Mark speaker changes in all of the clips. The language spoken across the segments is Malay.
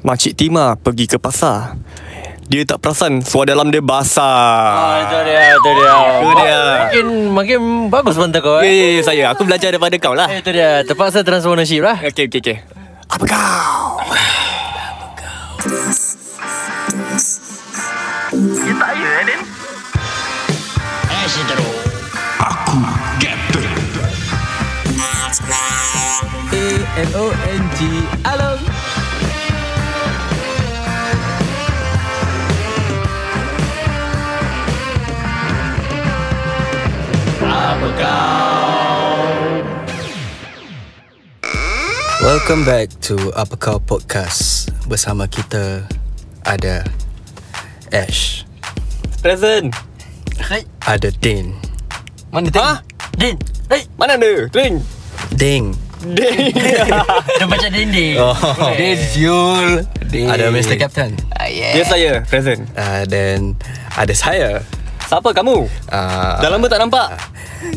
Speaker 1: Makcik Tima pergi ke pasar. Dia tak perasan suara dalam dia
Speaker 2: Ah,
Speaker 1: basah.
Speaker 2: itu dia, itu dia.
Speaker 1: Itu dia.
Speaker 2: Makin makin bagus mantap kau
Speaker 1: Ya,
Speaker 2: eh.
Speaker 1: ya, ya, saya. Aku belajar daripada kau lah.
Speaker 2: Eh, Itu dia, terpaksa transfer ownership lah.
Speaker 1: Okey, okey, okey. Apa kau?
Speaker 2: A-N-O-N-G Along
Speaker 3: Welcome back to Apa Kau Podcast Bersama kita ada Ash
Speaker 1: Present.
Speaker 3: Ada Din
Speaker 2: Mana Ting? Ha? Din Hey
Speaker 1: Mana dia? Ring.
Speaker 3: Ding
Speaker 1: Ding.
Speaker 2: Dia macam dinding
Speaker 3: Oh.
Speaker 2: Din
Speaker 3: Yul
Speaker 4: Eh.
Speaker 3: Ding Ada Mr. Captain
Speaker 1: Dia saya. Present.
Speaker 3: uh, Dan ada saya
Speaker 1: Siapa kamu?
Speaker 3: uh,
Speaker 1: Dah lama tak nampak.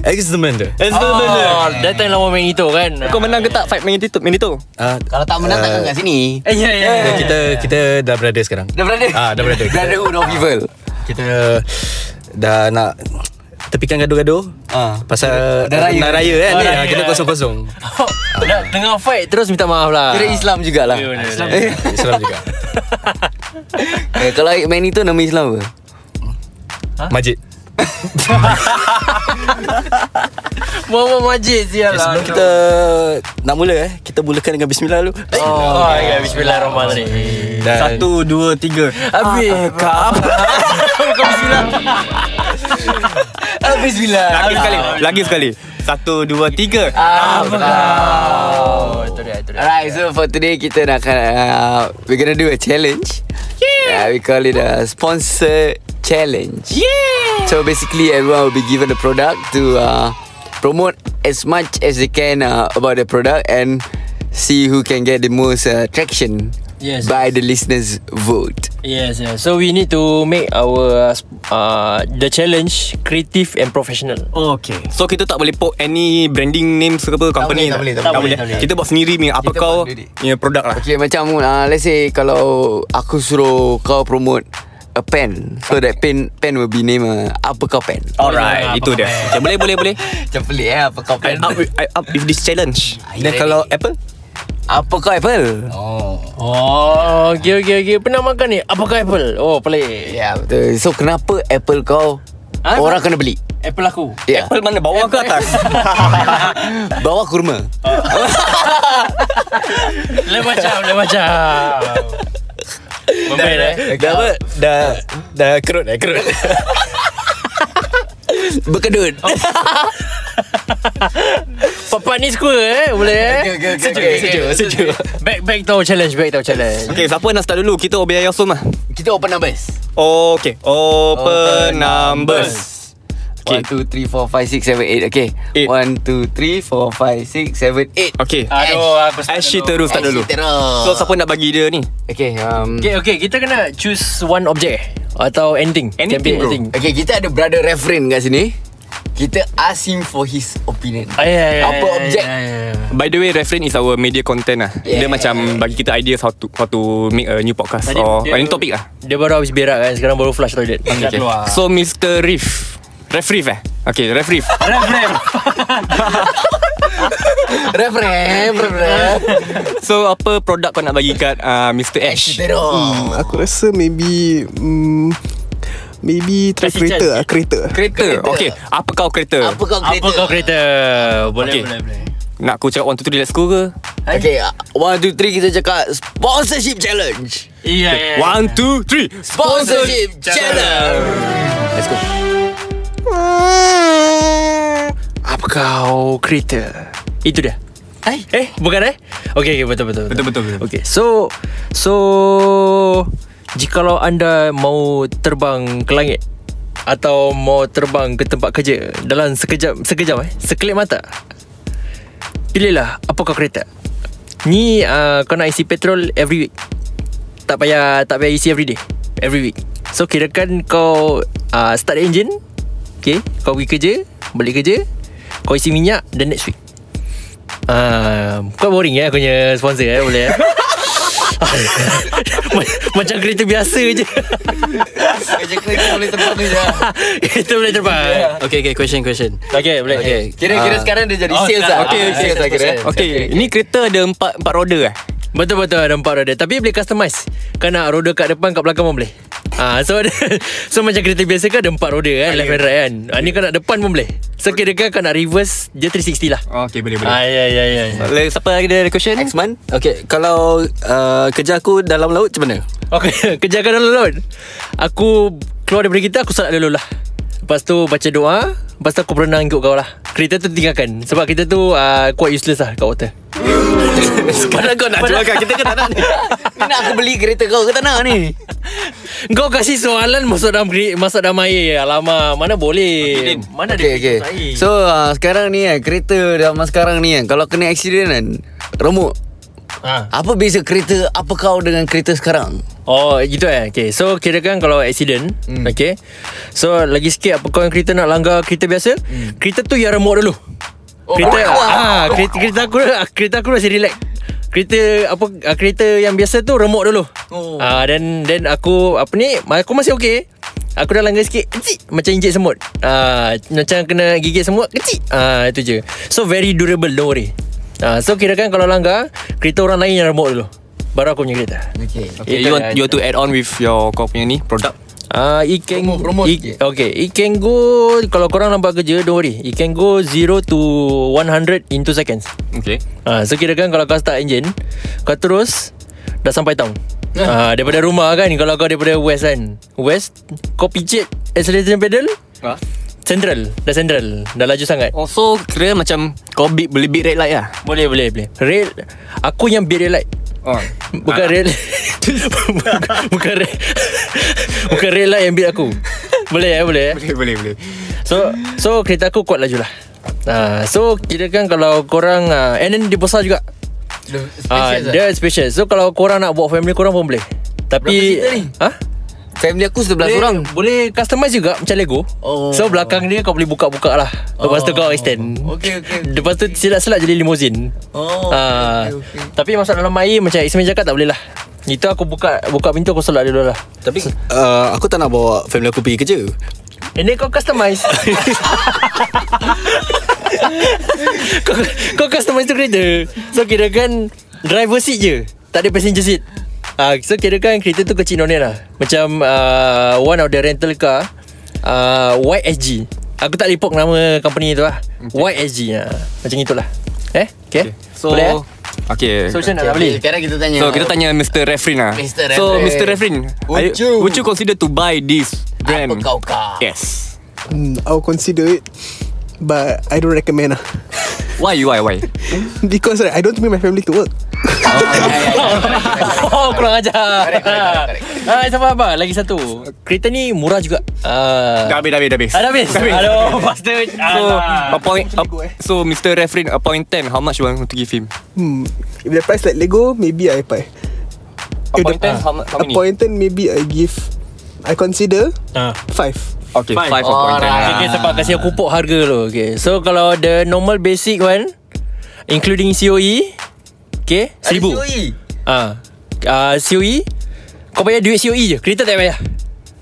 Speaker 3: Ex the Mender
Speaker 5: Ah.
Speaker 1: Eh,
Speaker 2: Oh,
Speaker 1: oh.
Speaker 2: datang lawan main itu kan
Speaker 1: Kau menang ke tak fight main itu? Main itu?
Speaker 3: uh,
Speaker 5: Kalau tak menang takkan kat sini
Speaker 2: Eh, ya, ya,
Speaker 3: kita,
Speaker 2: ya.
Speaker 3: kita, kita dah berada sekarang
Speaker 5: Dah berada
Speaker 3: Ah, dah berada.
Speaker 5: Brotherhood of evil
Speaker 3: Kita dah nak tepikan gaduh-gaduh
Speaker 5: Ah.
Speaker 3: Pasal
Speaker 5: Dah raya.
Speaker 3: Nak raya kan
Speaker 2: Dah
Speaker 3: Ya,
Speaker 2: raya.
Speaker 3: Kita kosong-kosong
Speaker 2: Dah tengah fight terus minta maaf lah
Speaker 1: Ah.
Speaker 5: Kira Islam jugalah
Speaker 2: Ya, benar,
Speaker 5: Islam
Speaker 3: Eh, Islam juga
Speaker 5: eh, Kalau main itu nama Islam apa?
Speaker 3: Majid
Speaker 2: Muhammad Majid sial lah
Speaker 3: Sebelum kita nak mula eh Kita mulakan dengan bismillah dulu
Speaker 2: Oh, ya, bismillahirrahmanirrahim
Speaker 3: Dan Satu
Speaker 1: Satu, dua, tiga.
Speaker 2: Habis Kau Kau bismillah
Speaker 5: Habis bila
Speaker 1: Lagi sekali. Lagi sekali. Satu, dua, tiga.
Speaker 2: Apa kau Oh, Itu dia, itu dia
Speaker 5: Alright so for today kita nak uh, We're gonna do a challenge Yeah uh, We call it a sponsor challenge Yeah So basically everyone will be given a product to uh, Promote as much as they can uh, about the product And see who can get the most uh, traction
Speaker 2: Yes.
Speaker 5: By the listeners vote
Speaker 2: Yes, yes. So we need to make our uh, sp- uh, the challenge creative and professional.
Speaker 1: Okay So kita tak boleh put any branding names ke apa company lah.
Speaker 5: boleh, tak boleh, tak
Speaker 1: tak
Speaker 2: boleh,
Speaker 1: boleh.
Speaker 2: tak boleh.
Speaker 1: Kita buat sendiri ni apa
Speaker 5: Kita
Speaker 1: kau
Speaker 5: buat sendiri.
Speaker 1: punya produk lah.
Speaker 5: Okay macam uh, Let's say Kalau aku suruh Kau promote A pen So that pen Pen will be named uh, Apa kau pen
Speaker 1: Alright,
Speaker 2: Apa
Speaker 1: itu
Speaker 2: kau
Speaker 1: dia.
Speaker 2: punya?
Speaker 1: Okay, boleh boleh boleh.
Speaker 5: Macam pelik eh Apa kau
Speaker 1: I up with, I up with this challenge.
Speaker 3: Dan kalau Apple
Speaker 5: Apa kau apple
Speaker 2: Oh, okay, okay, okay. Pernah makan ni? Apakah apple? Oh, pelik.
Speaker 5: Ya yeah, betul So kenapa apple kau
Speaker 2: Ah,
Speaker 5: Orang
Speaker 2: apa?
Speaker 5: kena beli
Speaker 2: Apple aku.
Speaker 5: Ya yeah.
Speaker 1: Apple mana bawah ke atas?
Speaker 5: Bawa kurma
Speaker 2: Lain macam, lain macam. Membaik eh.
Speaker 3: Dah apa Dah Dah kerut eh kerut
Speaker 5: Berkedut
Speaker 2: Papa ni suka eh. Boleh eh.
Speaker 5: okay,
Speaker 3: Sejuk sejuk
Speaker 2: Back, back tau challenge. Back tau challenge.
Speaker 1: okay, siapa nak start dulu? Kita obey ayasum lah.
Speaker 5: Kita open numbers
Speaker 1: Okay, open numbers.
Speaker 5: 1, 2, 3, 4, 5, 6, 7, 8 Okay
Speaker 1: Eight.
Speaker 5: 1, 2, 3, 4, 5, 6, 7, 8
Speaker 1: Okay,
Speaker 2: Aduh, aku start
Speaker 1: Ash
Speaker 2: dulu.
Speaker 1: terus start dulu. So siapa nak bagi dia ni?
Speaker 5: Okay um,
Speaker 2: Okay, okay. Kita kena choose one object eh. Atau anything.
Speaker 1: Anything,
Speaker 2: Can be
Speaker 1: bro.
Speaker 2: anything.
Speaker 5: Okay, kita ada brother referent kat sini. Kita ask him for his opinion.
Speaker 3: ya,
Speaker 2: Ah, yeah, yeah,
Speaker 5: Apa
Speaker 2: yeah,
Speaker 5: objek?
Speaker 2: yeah, yeah.
Speaker 1: By the way, reference is our media content lah. Dia
Speaker 5: Yeah.
Speaker 1: macam bagi kita ideas how to how to make a new podcast
Speaker 2: Tadi
Speaker 1: or
Speaker 2: dia-
Speaker 1: any topic lah.
Speaker 2: Dia baru habis berak kan Sekarang baru flush toilet
Speaker 1: Okay, okay. So Mr. Reef Ref Reef eh Okay Ref Reef
Speaker 2: Reframe
Speaker 5: Referent, referent.
Speaker 1: So apa produk kau nak bagi kat uh, Mr. Ash
Speaker 3: Hmm,
Speaker 5: Terus.
Speaker 4: Aku rasa maybe mm, Maybe try
Speaker 2: Kasi
Speaker 4: kereta
Speaker 2: chance.
Speaker 4: lah Kereta
Speaker 1: Kereta Okay Apa kau kereta
Speaker 5: Apa kau
Speaker 2: Apa
Speaker 5: kereta?
Speaker 2: kau kereta Boleh
Speaker 1: Okay.
Speaker 2: boleh boleh
Speaker 1: Nak aku cakap 1, 2, 3 let's go ke
Speaker 5: Okay, uh, one, two, three kita cakap sponsorship challenge.
Speaker 2: Iya yeah,
Speaker 1: 1, 2, 3
Speaker 5: Sponsorship challenge. Let's go.
Speaker 2: Apa kau kereta Itu dia Eh? Eh bukan eh Okay, okay betul betul
Speaker 1: Betul, betul, betul.
Speaker 2: Okay so So Jikalau anda Eh, mau terbang ke langit atau mau terbang ke tempat kerja dalam sekejap sekejap eh sekelip mata pilihlah apa kau kereta ni uh, kau nak isi petrol every week tak payah tak payah isi every day every week so kirakan kau
Speaker 1: ah,
Speaker 2: uh, start the engine okay kau pergi kerja balik kerja kau isi minyak then Um, next week uh, quite boring ya eh, aku punya sponsor eh boleh eh Ma- Macam kereta biasa je
Speaker 5: Kerja kerja boleh terbang ni ya. je.
Speaker 2: Kereta boleh terbang
Speaker 3: Okay, okay, question, question.
Speaker 2: Ya. Okay boleh
Speaker 3: Okay.
Speaker 5: Kira-kira
Speaker 3: Ah.
Speaker 5: sekarang dia jadi
Speaker 3: Oh, sekarang.
Speaker 5: sales lah.
Speaker 1: Ah,
Speaker 3: Okay, okay.
Speaker 5: Sales lah kira.
Speaker 1: Okay, ini kereta ada empat empat roda eh?
Speaker 2: Betul betul ada empat roda Tapi boleh customize Kau nak roda kat depan kat belakang pun boleh Ah, so ada, so macam kereta biasa kan ada empat roda kan left and right kan. Ah, ni kau nak depan pun boleh. So kira kau nak reverse dia 360 lah.
Speaker 3: Okay, boleh,
Speaker 2: Ah, ya ya ya. ya.
Speaker 1: Le, siapa lagi ada question?
Speaker 5: X-Man.
Speaker 3: Okay, kalau uh, kerja aku dalam laut macam mana?
Speaker 2: Okay Kerja aku dalam laut Aku Keluar daripada kita Aku salat dulu lah Lepas tu baca doa Lepas tu aku berenang ikut kau lah Kereta tu tinggalkan Sebab kita tu uh, Quite useless lah kat water
Speaker 3: Sekarang kau nak jual kat kita ke tak nak ni?
Speaker 5: Ni nak aku beli kereta kau ke tak nak ni?
Speaker 2: Kau kasih soalan Masuk dalam keri- Masuk dalam air Alamak Mana boleh Mana
Speaker 5: Okay, okay.
Speaker 2: masuk air?
Speaker 5: So, uh, sekarang ni kan, kereta zaman sekarang ni kan, kalau kena accident kan, remuk.
Speaker 2: ha.
Speaker 5: Apa beza kereta apa kau dengan kereta sekarang?
Speaker 2: Oh gitu eh Okay so kira kan kalau accident hmm. Okay So lagi sikit Apa kau yang kereta nak langgar Kereta biasa hmm. Kereta tu yang remuk dulu oh, Kereta ah, kereta, kereta aku ah, Kereta aku masih relax Kereta apa ah, kereta yang biasa tu remuk dulu. Oh. Ah then then aku apa ni aku masih okey. Aku dah langgar sikit kecil macam injek semut. Ah macam kena gigit semut kecil. Ah itu je. So very durable don't worry. Ah so kirakan kalau langgar kereta orang lain yang remuk dulu. Baru aku punya kereta.
Speaker 5: Okay.
Speaker 1: Okay, eh, you want you want to add on with your kau punya ni product?
Speaker 2: Ah, uh, it can
Speaker 5: Promote, promote
Speaker 2: it, okay, it can go kalau korang lambat kerja, don't worry. It can go 0 to 100 in 2 seconds.
Speaker 1: Okay.
Speaker 2: Ah, uh, so kira kan kalau kau start engine, kau terus dah sampai town. Ah, uh, daripada rumah kan kalau kau daripada west kan. West kau picit accelerator pedal
Speaker 1: Ha?
Speaker 2: central, dah central. Dah laju sangat.
Speaker 1: Also kira macam kau big, beli big red light lah.
Speaker 2: Boleh boleh boleh. Rail aku yang big rail light.
Speaker 1: Oh.
Speaker 2: Bukan rail Bukan rail Bukan rail lah yang beat aku Boleh eh boleh eh
Speaker 3: Boleh, boleh, boleh.
Speaker 2: So so kereta aku kuat laju lah uh, So kira kan kalau korang uh, And then dia besar juga uh, Dia spacious So kalau korang nak bawa family korang pun boleh Tapi
Speaker 5: Berapa seater ni?
Speaker 2: Ha?
Speaker 5: Family aku 11
Speaker 2: Boleh,
Speaker 5: orang.
Speaker 2: boleh customize juga Macam Lego
Speaker 5: Oh.
Speaker 2: So belakang dia kau boleh buka-buka lah Lepas tu kau extend
Speaker 5: Okay, okay.
Speaker 2: Lepas tu silap-silap jadi limousine
Speaker 5: Oh,
Speaker 2: Ah,
Speaker 5: okay, okay, okay.
Speaker 2: Tapi masuk dalam air Macam Ismail cakap tak boleh lah Itu aku buka buka pintu aku solat dulu lah
Speaker 3: Tapi uh, aku tak nak bawa family aku pergi kerja.
Speaker 2: Ini kau customize kau, kau customize tu kereta So kira kan Driver seat je Tak ada passenger seat uh, So kira kan kereta tu kecil nonet lah Macam uh, One of the rental car uh, YSG Aku tak lipok nama company tu lah YSG uh, Macam itulah Eh Okay, okay.
Speaker 1: So
Speaker 2: Boleh eh?
Speaker 1: Okay. So,
Speaker 2: So macam mana nak beli
Speaker 5: Sekarang kita tanya.
Speaker 1: kita tanya Mr. Refrin lah.
Speaker 5: Mr.
Speaker 1: So
Speaker 5: Refrin.
Speaker 1: Mr. Refrin, are
Speaker 5: Would you-
Speaker 1: you, would you consider to buy this brand?
Speaker 5: apa kau kau?
Speaker 1: Yes.
Speaker 4: Hmm, I'll consider it, but I don't recommend lah.
Speaker 1: Why why why?
Speaker 4: because right, I don't bring my family to work.
Speaker 2: Oh kurang ajar Hai sama apa Lagi satu Kereta ni murah juga Ah.
Speaker 1: dah habis dah habis dah habis.
Speaker 2: Ah, dah habis. Aduh, bastard.
Speaker 1: So
Speaker 2: Alah.
Speaker 1: a point a, so Mr. Refrin a point 10 how much you want to give him?
Speaker 4: Hmm, if the price like Lego, maybe I buy.
Speaker 1: A
Speaker 4: If the-
Speaker 1: point 10 how, mu- how
Speaker 4: A
Speaker 1: many?
Speaker 4: point ten, maybe I give. I consider
Speaker 2: Ah.
Speaker 4: five.
Speaker 1: Okay, 5 a point 10.
Speaker 5: Alright.
Speaker 2: Okay, okay, sebab kasi aku pok harga tu. Okay. So kalau the normal basic one including COE, okay, seribu. Ah. Ah, COE kau bayar duit COE je. Kereta tak payah.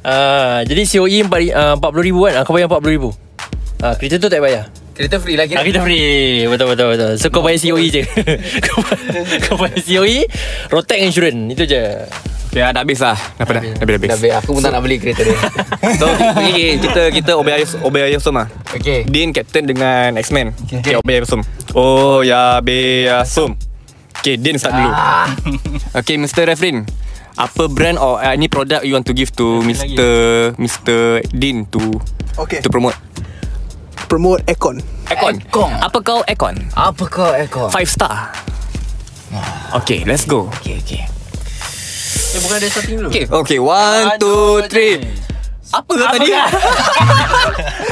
Speaker 2: Ah, jadi COE 4 uh, 40 ribu kan. Ah, kau bayar 40 ribu. Ah, kereta tu tak payah.
Speaker 5: Kereta free lah, lagi.
Speaker 2: Ah, kita free. Betul betul betul. So kau bayar COE je. kau, bayar, kau bayar COE, Rotec insurance. Itu je.
Speaker 1: Okay, dah habis lah. Dah dah, dah habis.
Speaker 5: Dah
Speaker 1: Dah habis.
Speaker 5: habis. Aku pun tak nak beli kereta dia.
Speaker 1: So okay, kita kita obey ayos obey ayos semua.
Speaker 5: Okay.
Speaker 1: Dean Captain dengan X-Men. Okay, okay obey ayos semua. Oh ya be asum. Okay, Dean start dulu. okay, Mr. Refrin. Apa brand or uh, any product you want to give to Mr. Mr. Dean to
Speaker 4: Okay.
Speaker 1: to promote?
Speaker 4: Promote aircon.
Speaker 1: Aircon.
Speaker 5: Aircon.
Speaker 1: Apa kau aircon?
Speaker 5: Apa kau aircon?
Speaker 1: Five star. Okay, let's go.
Speaker 5: Okay, okay.
Speaker 2: Eh, bukan ada starting dulu.
Speaker 1: Okay, okay one, two, three. Apa lah tadi?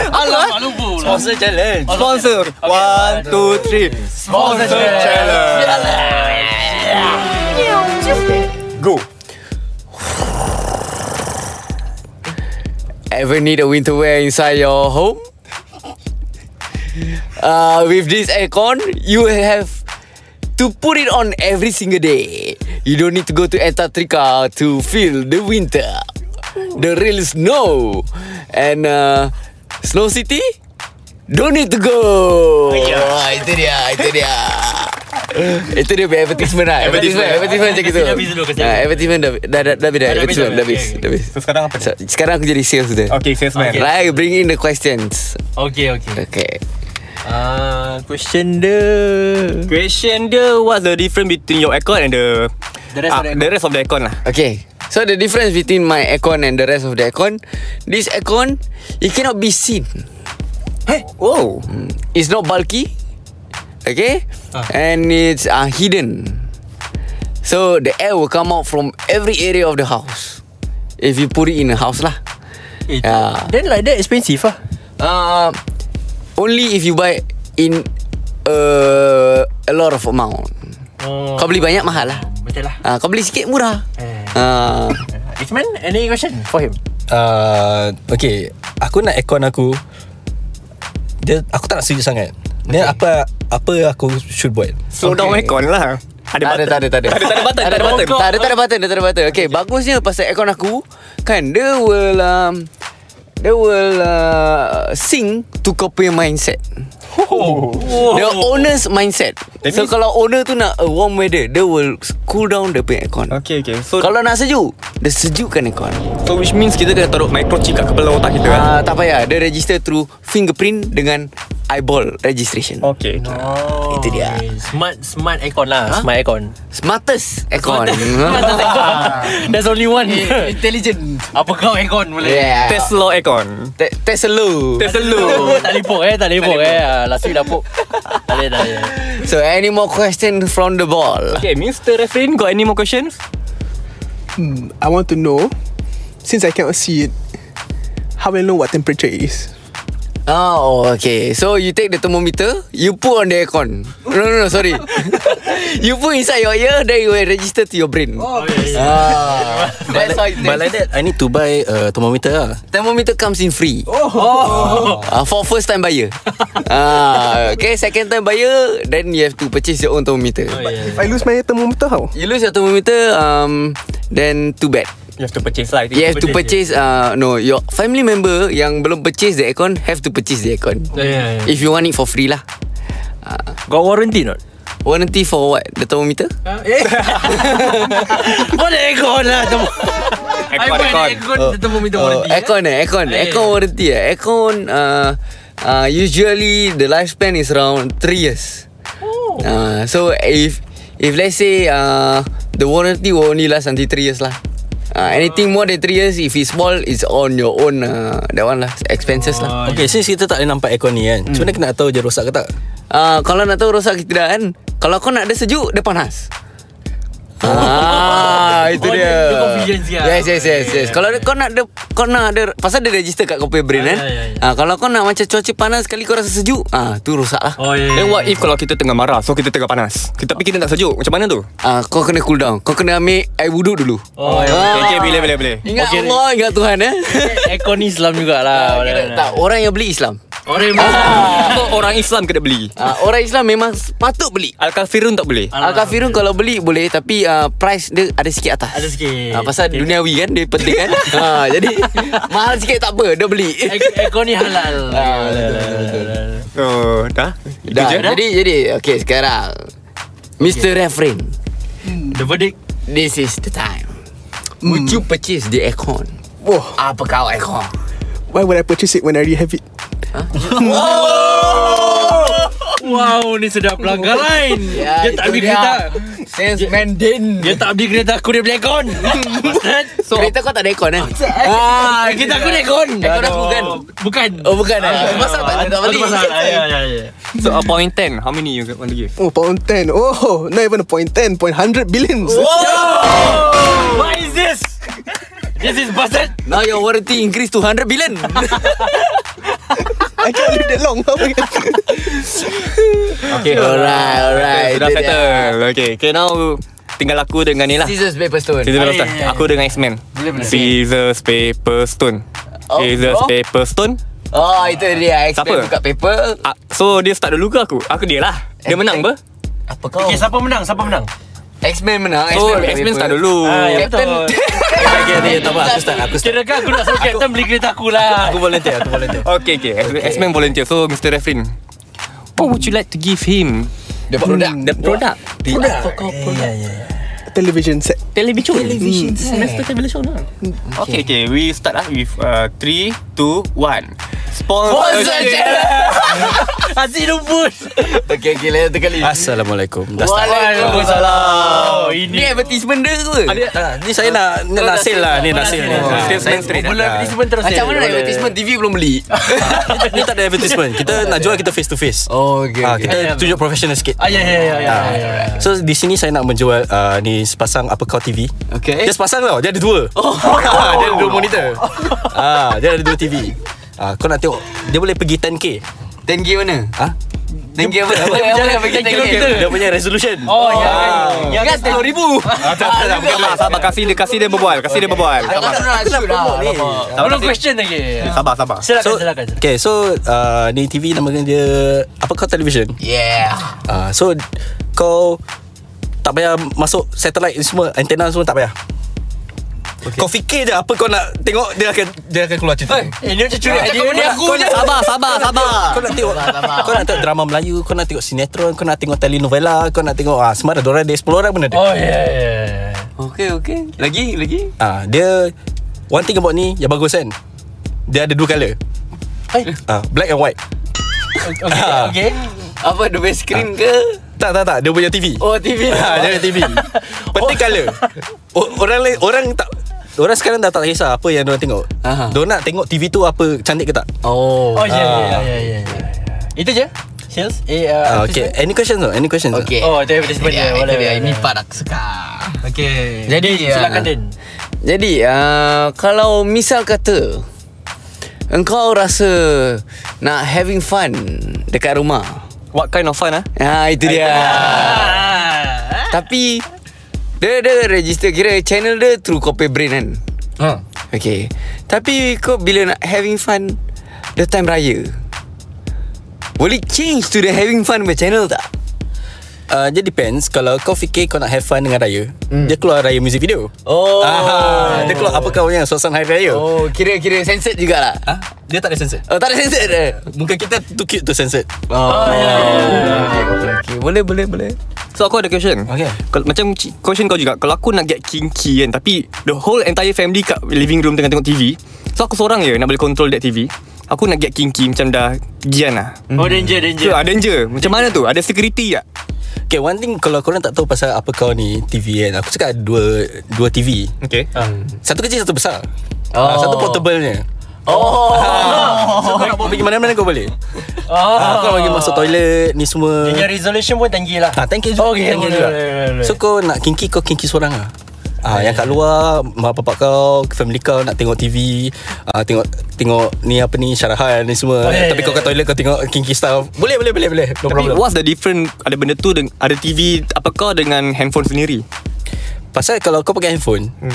Speaker 1: Alah.
Speaker 2: Lupa
Speaker 1: Sponsor challenge. Sponsor. One, two, three. Sponsor challenge. Go.
Speaker 5: Ever need a winter wear inside your home? Uh, with this aircon, you have to put it on every single day. You don't need to go to Antarctica to feel the winter, the real snow, and uh, Snow City. Don't need to go. Yeah. Wah, itu dia, itu dia. itu dia punya advertisement lah Advertisement Advertisement macam gitu
Speaker 2: Habis dulu, kasi
Speaker 5: Ah, Advertisement dah Dah dah dah habis dah
Speaker 2: Dah habis,
Speaker 5: Advertisement
Speaker 2: dah
Speaker 5: dah
Speaker 2: habis.
Speaker 5: habis Dah habis
Speaker 1: So sekarang apa?
Speaker 5: So, Sekarang aku jadi sales dia
Speaker 1: Okay, salesman.
Speaker 2: Okay.
Speaker 5: Right Bring in the questions
Speaker 2: Okay okay
Speaker 5: Okay
Speaker 2: uh, Question dia
Speaker 1: Question dia What's the difference between your aircon and the Ah,
Speaker 2: The rest of the aircon.
Speaker 1: the rest of the aircon lah
Speaker 5: Okay. So the difference between my aircon and the rest of the aircon, this aircon, it cannot be seen. Hmm.
Speaker 1: Hey Wow
Speaker 5: It's not bulky. Okay?
Speaker 1: Ah.
Speaker 5: And it's uh, hidden. So the air will come out from every area of the house. If you put it in a house lah.
Speaker 2: eh,
Speaker 5: Yeah.
Speaker 2: Then like that expensive
Speaker 1: ah.
Speaker 2: lah
Speaker 5: Uh, only if you buy in uh, a lot of amount.
Speaker 2: oh.
Speaker 5: Kau beli banyak mahal lah.
Speaker 2: Betul lah
Speaker 5: Uh, kau beli sikit murah.
Speaker 2: Eh.
Speaker 5: Uh,
Speaker 2: Isman any question for him
Speaker 4: uh, Okay Aku nak aircon aku Dia Aku tak nak sejuk sangat Then apa Apa aku should buat
Speaker 1: Slow down
Speaker 5: Okay.
Speaker 1: aircon lah Ada
Speaker 5: tak ada, tak ada, tak ada.
Speaker 1: Tak ada, tak ada button, tak ada button.
Speaker 5: Tak ada, tak ada button, tak ada button. Okay, bagusnya pasal aircon aku, kan, dia will, um, dia will uh, sing to kau punya mindset. Oh. The owner's mindset.
Speaker 1: That
Speaker 5: so
Speaker 1: means-
Speaker 5: kalau owner tu nak a warm weather, dia will cool down dia punya aircon.
Speaker 1: Okay okay So
Speaker 5: Kalau nak sejuk, dia sejukkan aircon.
Speaker 1: so which means kita kena taruh microchip kat kepala otak kita kan
Speaker 5: Ah, tak payah, dia register through fingerprint dengan eyeball registration.
Speaker 1: Okay okay.
Speaker 2: Oh,
Speaker 5: Itu dia.
Speaker 2: Smart smart aircon lah.
Speaker 5: Ha?
Speaker 2: Smart aircon.
Speaker 5: Smartest aircon.
Speaker 2: There's only one.
Speaker 5: Intelligent.
Speaker 2: Apa kau aircon boleh?
Speaker 5: Yeah.
Speaker 1: Tesla aircon
Speaker 5: Te- Tesla.
Speaker 1: Tesla
Speaker 2: tak lipok eh, tak lipok eh. Ah, Last week dah pok. Tak boleh, tak boleh.
Speaker 5: So any more question from the ball?
Speaker 1: Okay Mr. Refrain Got any more questions?
Speaker 4: Hmm, I want to know Since I cannot see it How will I know what temperature it is
Speaker 5: Oh, okay. So you take the thermometer, you put on the aircon. No, no, no, sorry. you put inside your ear, then you will register to your brain. Oh, ah, that's how it
Speaker 3: But like
Speaker 5: takes.
Speaker 3: that I need to buy a
Speaker 4: uh,
Speaker 3: thermometer lah
Speaker 5: Thermometer comes in free. Oh. Uh, for first time buyer. ah, okay, second time buyer, then you have to purchase your own thermometer.
Speaker 2: Oh,
Speaker 4: If I lose my thermometer how
Speaker 5: You lose your thermometer, um, then too bad.
Speaker 1: You have to purchase lah
Speaker 5: You have to purchase uh, No Your family member Yang belum purchase the aircon Have to purchase the aircon
Speaker 2: Yeah,
Speaker 5: If you want it for free lah
Speaker 2: Got warranty not?
Speaker 5: Warranty for what? The thermometer?
Speaker 2: What the eh. aircon lah temu.
Speaker 1: Aircon, aircon.
Speaker 2: temu minta
Speaker 5: Oh, aircon eh Aircon
Speaker 2: Ah,
Speaker 5: Aircon
Speaker 2: yeah.
Speaker 5: warranty eh Aircon uh, uh, Usually The lifespan is around 3 years uh, So if If let's say uh, The warranty will only last Until 3 years lah uh, Anything more than 3 years If it's small It's on your own uh, That one lah Expenses lah
Speaker 4: ya,
Speaker 3: Okay since kita tak boleh nampak aircon ni kan
Speaker 4: Hmm.
Speaker 3: Macam mana kita nak tahu dia rosak ke tak
Speaker 5: Ah, kalau nak tahu rosak ke tidak kan Kalau kau nak dia sejuk Dia panas Ah, itu
Speaker 2: Oh, dia-
Speaker 5: dia.
Speaker 2: lah. dia confusion sikit.
Speaker 5: Yes, yes, yes, yes.
Speaker 2: Yeah,
Speaker 5: Kalau dia- kau nak dia, kau nak dia, pasal dia register kat kau punya brain
Speaker 2: Ah,
Speaker 5: kan.
Speaker 2: yeah, yeah,
Speaker 5: Ah, kalau kau nak macam cuaca panas sekali kau rasa sejuk, ah, tu rosak lah.
Speaker 2: Oh, yeah.
Speaker 1: Then what if kalau kita tengah marah So kita tengah panas kita, Tapi kita nak sejuk Macam mana tu?
Speaker 5: Ah, kau kena cool down. Kau kena ambil air wuduk dulu. Ah.
Speaker 2: Oh, yeah.
Speaker 1: Okay, okay boleh boleh boleh
Speaker 5: Ingat
Speaker 2: Okay.
Speaker 5: Allah, ingat Tuhan eh.
Speaker 2: Aircon ni Islam jugalah.
Speaker 5: Ah,
Speaker 2: Ah,
Speaker 5: tak, orang yang beli Islam.
Speaker 2: Orang
Speaker 1: Apa orang Islam kena beli?
Speaker 5: Ah, orang Islam memang patut beli.
Speaker 1: Al-Kafirun tak boleh
Speaker 5: Al-Kafirun kalau beli boleh tapi uh, price dia ada sikit atas.
Speaker 2: Ada sikit.
Speaker 5: Ah, pasal okay. duniawi kan dia penting kan. ha jadi mahal sikit tak apa dia beli.
Speaker 2: Eh, Aircon ni halal.
Speaker 5: Ah,
Speaker 1: Oh, dah? Itu
Speaker 5: Dah,
Speaker 1: je?
Speaker 5: jadi jadi okey sekarang Mr. Refrain,
Speaker 2: The verdict.
Speaker 5: this is the time.
Speaker 2: Hmm.
Speaker 5: Would you purchase the aircon?
Speaker 4: Whoa
Speaker 5: Apa kau aircon?
Speaker 4: Why would I purchase it when I already have it
Speaker 2: Wow, ni sedap pelanggar lain.
Speaker 5: Ya,
Speaker 2: dia tak
Speaker 5: itu
Speaker 2: beli
Speaker 5: dia.
Speaker 2: kereta.
Speaker 5: Salesman Din.
Speaker 2: Dia tak beli kereta aku dia beli aircon. Bastard.
Speaker 5: So, kereta kau tak ada aircon eh? ah,
Speaker 2: Kereta aku ni aircon.
Speaker 5: Aircon aku bukan.
Speaker 2: Bukan.
Speaker 5: Oh bukan eh? Pasal tak ada tak
Speaker 2: Aku
Speaker 5: beli.
Speaker 2: pasal. Ya ya ya.
Speaker 1: So a point 10 How many you want to give?
Speaker 4: Oh point 10 Oh not even a point 10 Point 100 billions
Speaker 2: What is this? This is bastard.
Speaker 5: Now your warranty increase to 100 billion.
Speaker 4: I can't live that long How am I gonna-
Speaker 1: Okay
Speaker 5: Alright, alright.
Speaker 1: Sudah
Speaker 5: Ah, Itu dia.
Speaker 1: settle Okay Okay now Tinggal aku dengan ni lah
Speaker 5: Scissors paper stone.
Speaker 1: Scissors paper
Speaker 2: Ah,
Speaker 1: stone
Speaker 2: yeah, yeah,
Speaker 1: Aku dengan X-Men
Speaker 5: Boleh, boleh.
Speaker 1: Scissors paper stone
Speaker 5: Oh,
Speaker 1: Scissors
Speaker 5: oh.
Speaker 1: paper stone
Speaker 5: Oh itu dia.
Speaker 1: Siapa?
Speaker 5: Expert buka paper. Eh,
Speaker 1: Ah, So dia start dulu ke aku? Aku dia lah Dia menang ber?
Speaker 4: Apa kau?
Speaker 2: Okay, siapa menang? Siapa menang?
Speaker 5: X-Men menang
Speaker 1: So
Speaker 5: X-Men
Speaker 1: X-Men
Speaker 5: tak
Speaker 1: start dulu
Speaker 2: Ah, ya betul.
Speaker 5: Captain.
Speaker 4: Okay, okay, okay, tak apa. Aku start, aku start.
Speaker 2: Kira kan aku nak suruh Captain beli kereta aku lah.
Speaker 4: Aku volunteer, aku volunteer.
Speaker 1: Okay okay, X-Men volunteer So Mr. Refrin What would you like to give him?
Speaker 5: The product
Speaker 1: The product
Speaker 4: Tidak.
Speaker 5: Oh,
Speaker 4: Ya, ya, ya.
Speaker 6: Television set
Speaker 1: Television Television Semester television lah Okay okay We start lah with 3, 2, 1 Sponsor
Speaker 2: Aziz rumput.
Speaker 5: Okay okay lain satu
Speaker 4: Ah,
Speaker 5: kali
Speaker 4: Assalamualaikum. Dah start.
Speaker 5: Oh,
Speaker 2: Waalaikumsalam.
Speaker 5: Ni
Speaker 2: Ini
Speaker 5: advertisement dia ke?
Speaker 4: Ah, ni saya nak nak nak sale lah, ni nak sale ni.
Speaker 1: Oh,
Speaker 4: Ah.
Speaker 1: Salesman straight
Speaker 2: bulan
Speaker 1: lah.
Speaker 2: ini semua terus.
Speaker 5: Macam mana nak advertisement TV belum beli
Speaker 4: Ah, Ni tak ada advertisement. Kita nak jual kita face to face.
Speaker 5: Oh okay,
Speaker 4: Ah,
Speaker 5: okay.
Speaker 4: kita tunjuk professional sikit.
Speaker 2: Ah, ya, ya, ya, ya. ya, ya.
Speaker 4: So di sini saya nak menjual uh, ni sepasang apa kau TV.
Speaker 5: Okay.
Speaker 4: Dia sepasang tau. Dia ada dua. Eh. Oh. Ah, dia ada dua monitor. ah, dia ada dua TV. Ah, kau nak tengok dia boleh pergi 10k.
Speaker 5: 10K mana?
Speaker 4: Ah.
Speaker 5: Thank you apa? Apa apa nak bagi Ah. thank you?
Speaker 4: Dia punya resolution.
Speaker 2: Oh, ya. Ya,
Speaker 5: Gas 10,000.
Speaker 1: Sabar sabar Kasih dia, kasih dia berbual Kasih dia berbual
Speaker 5: Aku tak
Speaker 1: Sabar
Speaker 4: Ah.
Speaker 5: pernah nak shoot lah. Alamak.
Speaker 4: Oh,
Speaker 2: Belum question lagi.
Speaker 1: Sabar sabar
Speaker 2: Silakan,
Speaker 4: ya. So,
Speaker 2: silakan.
Speaker 4: okay, so uh, ni TV nama dia apa kau television?
Speaker 5: Yeah.
Speaker 4: Uh, so kau tak payah masuk satellite ni semua, antena semua tak payah. Okay. Kau fikir je apa kau nak tengok dia akan dia akan keluar cerita. Hey.
Speaker 2: Ini macam curi aja.
Speaker 5: Kau ni aku je.
Speaker 1: Sabar sabar sabar
Speaker 4: Kau nak tengok Kau nak tengok drama Melayu Kau nak tengok sinetron Kau nak tengok telenovela Kau nak tengok ah, Semua ada Diorang ada 10 orang pun ada
Speaker 2: Oh, ya, ya. ya.
Speaker 5: Okay okay. Lagi lagi.
Speaker 4: ah, Dia One thing about ni Yang bagus kan Dia ada dua colour
Speaker 5: Eh.
Speaker 4: ah, Black and white
Speaker 2: Okay,
Speaker 5: Ah.
Speaker 2: okay.
Speaker 5: Apa the best screen ke?
Speaker 4: Tak tak tak Dia punya TV
Speaker 5: Oh TV.
Speaker 4: Ha, jangan TV. Penting colour. O- orang lain orang tak orang sekarang dah tak kisah apa yang diorang tengok.
Speaker 5: Aha.
Speaker 4: Diorang nak tengok TV tu apa cantik ke tak.
Speaker 5: Oh.
Speaker 2: Oh, ya, ya, ya, ya, ya. Itu je. Sales. Eh,
Speaker 4: Ah,
Speaker 2: uh,
Speaker 4: okay. Any questions tak? Any questions? tak?
Speaker 5: Okay.
Speaker 2: Oh, itu advertisement dia. Boleh,
Speaker 5: Ini
Speaker 2: boleh.
Speaker 5: ini part aku suka.
Speaker 2: Okay.
Speaker 5: Jadi,
Speaker 2: Din, silakan
Speaker 5: ah.
Speaker 2: Din.
Speaker 5: Jadi uh, Kalau misal kata Engkau rasa Nak having fun Dekat rumah
Speaker 1: What kind of fun ah?
Speaker 5: Ha itu dia Tapi Dia dia register Kira channel dia Through Kopi Brain kan
Speaker 4: Ha.
Speaker 5: Okay Tapi kau bila nak having fun The time raya Boleh change to the having fun by channel tak?
Speaker 4: Uh, dia depends Kalau kau fikir kau nak have fun dengan Raya Dia keluar Raya music video
Speaker 5: Hmm. Oh
Speaker 4: ah, Dia keluar apa kau punya Suasana Hari Raya
Speaker 5: Oh kira-kira censored jugalah
Speaker 4: ha? Dia tak ada censored
Speaker 5: Oh tak ada censored eh?
Speaker 4: Muka kita too cute to censored
Speaker 5: Oh, okay, okay. Boleh boleh boleh
Speaker 1: So aku ada question
Speaker 4: Okay.
Speaker 1: Kal- Macam ci- question kau juga Kalau aku nak get kinky kan Tapi the whole entire family kat living room tengah tengok TV So aku seorang je nak boleh control that TV Aku nak get kinky macam dah gian lah
Speaker 2: Oh, danger,
Speaker 1: So
Speaker 2: danger.
Speaker 1: ada danger Macam mana tu? Ada security tak?
Speaker 4: Okay one thing Kalau korang tak tahu pasal apa kau ni TV kan Aku cakap ada dua Dua TV
Speaker 1: Okay
Speaker 2: uh,
Speaker 4: Satu kecil satu besar oh. uh, Satu portablenya Oh, so kau nak bawa pergi mana-mana kau boleh. Oh. Ah, kau nak pergi masuk toilet ni semua.
Speaker 2: Dia punya resolution pun tinggi lah.
Speaker 4: Ah, thank you juga.
Speaker 2: Okay,
Speaker 4: thank you
Speaker 2: boleh,
Speaker 4: juga.
Speaker 2: boleh, boleh, boleh.
Speaker 4: So kau nak kinky kau kinky seorang ah. Ah, yang kat luar mak bapak kau, family kau nak tengok TV, ah, tengok tengok ni apa ni syarahan ni semua.
Speaker 2: Oh, yeah,
Speaker 4: Tapi
Speaker 2: yeah,
Speaker 4: kau kat toilet kau tengok kinky stuff. Boleh boleh boleh boleh. No
Speaker 1: Tapi
Speaker 4: problem.
Speaker 1: what's the different Ada benda tu deng- Ada TV Apa kau dengan handphone sendiri?
Speaker 4: Pasal kalau kau pakai handphone,
Speaker 2: Hmm.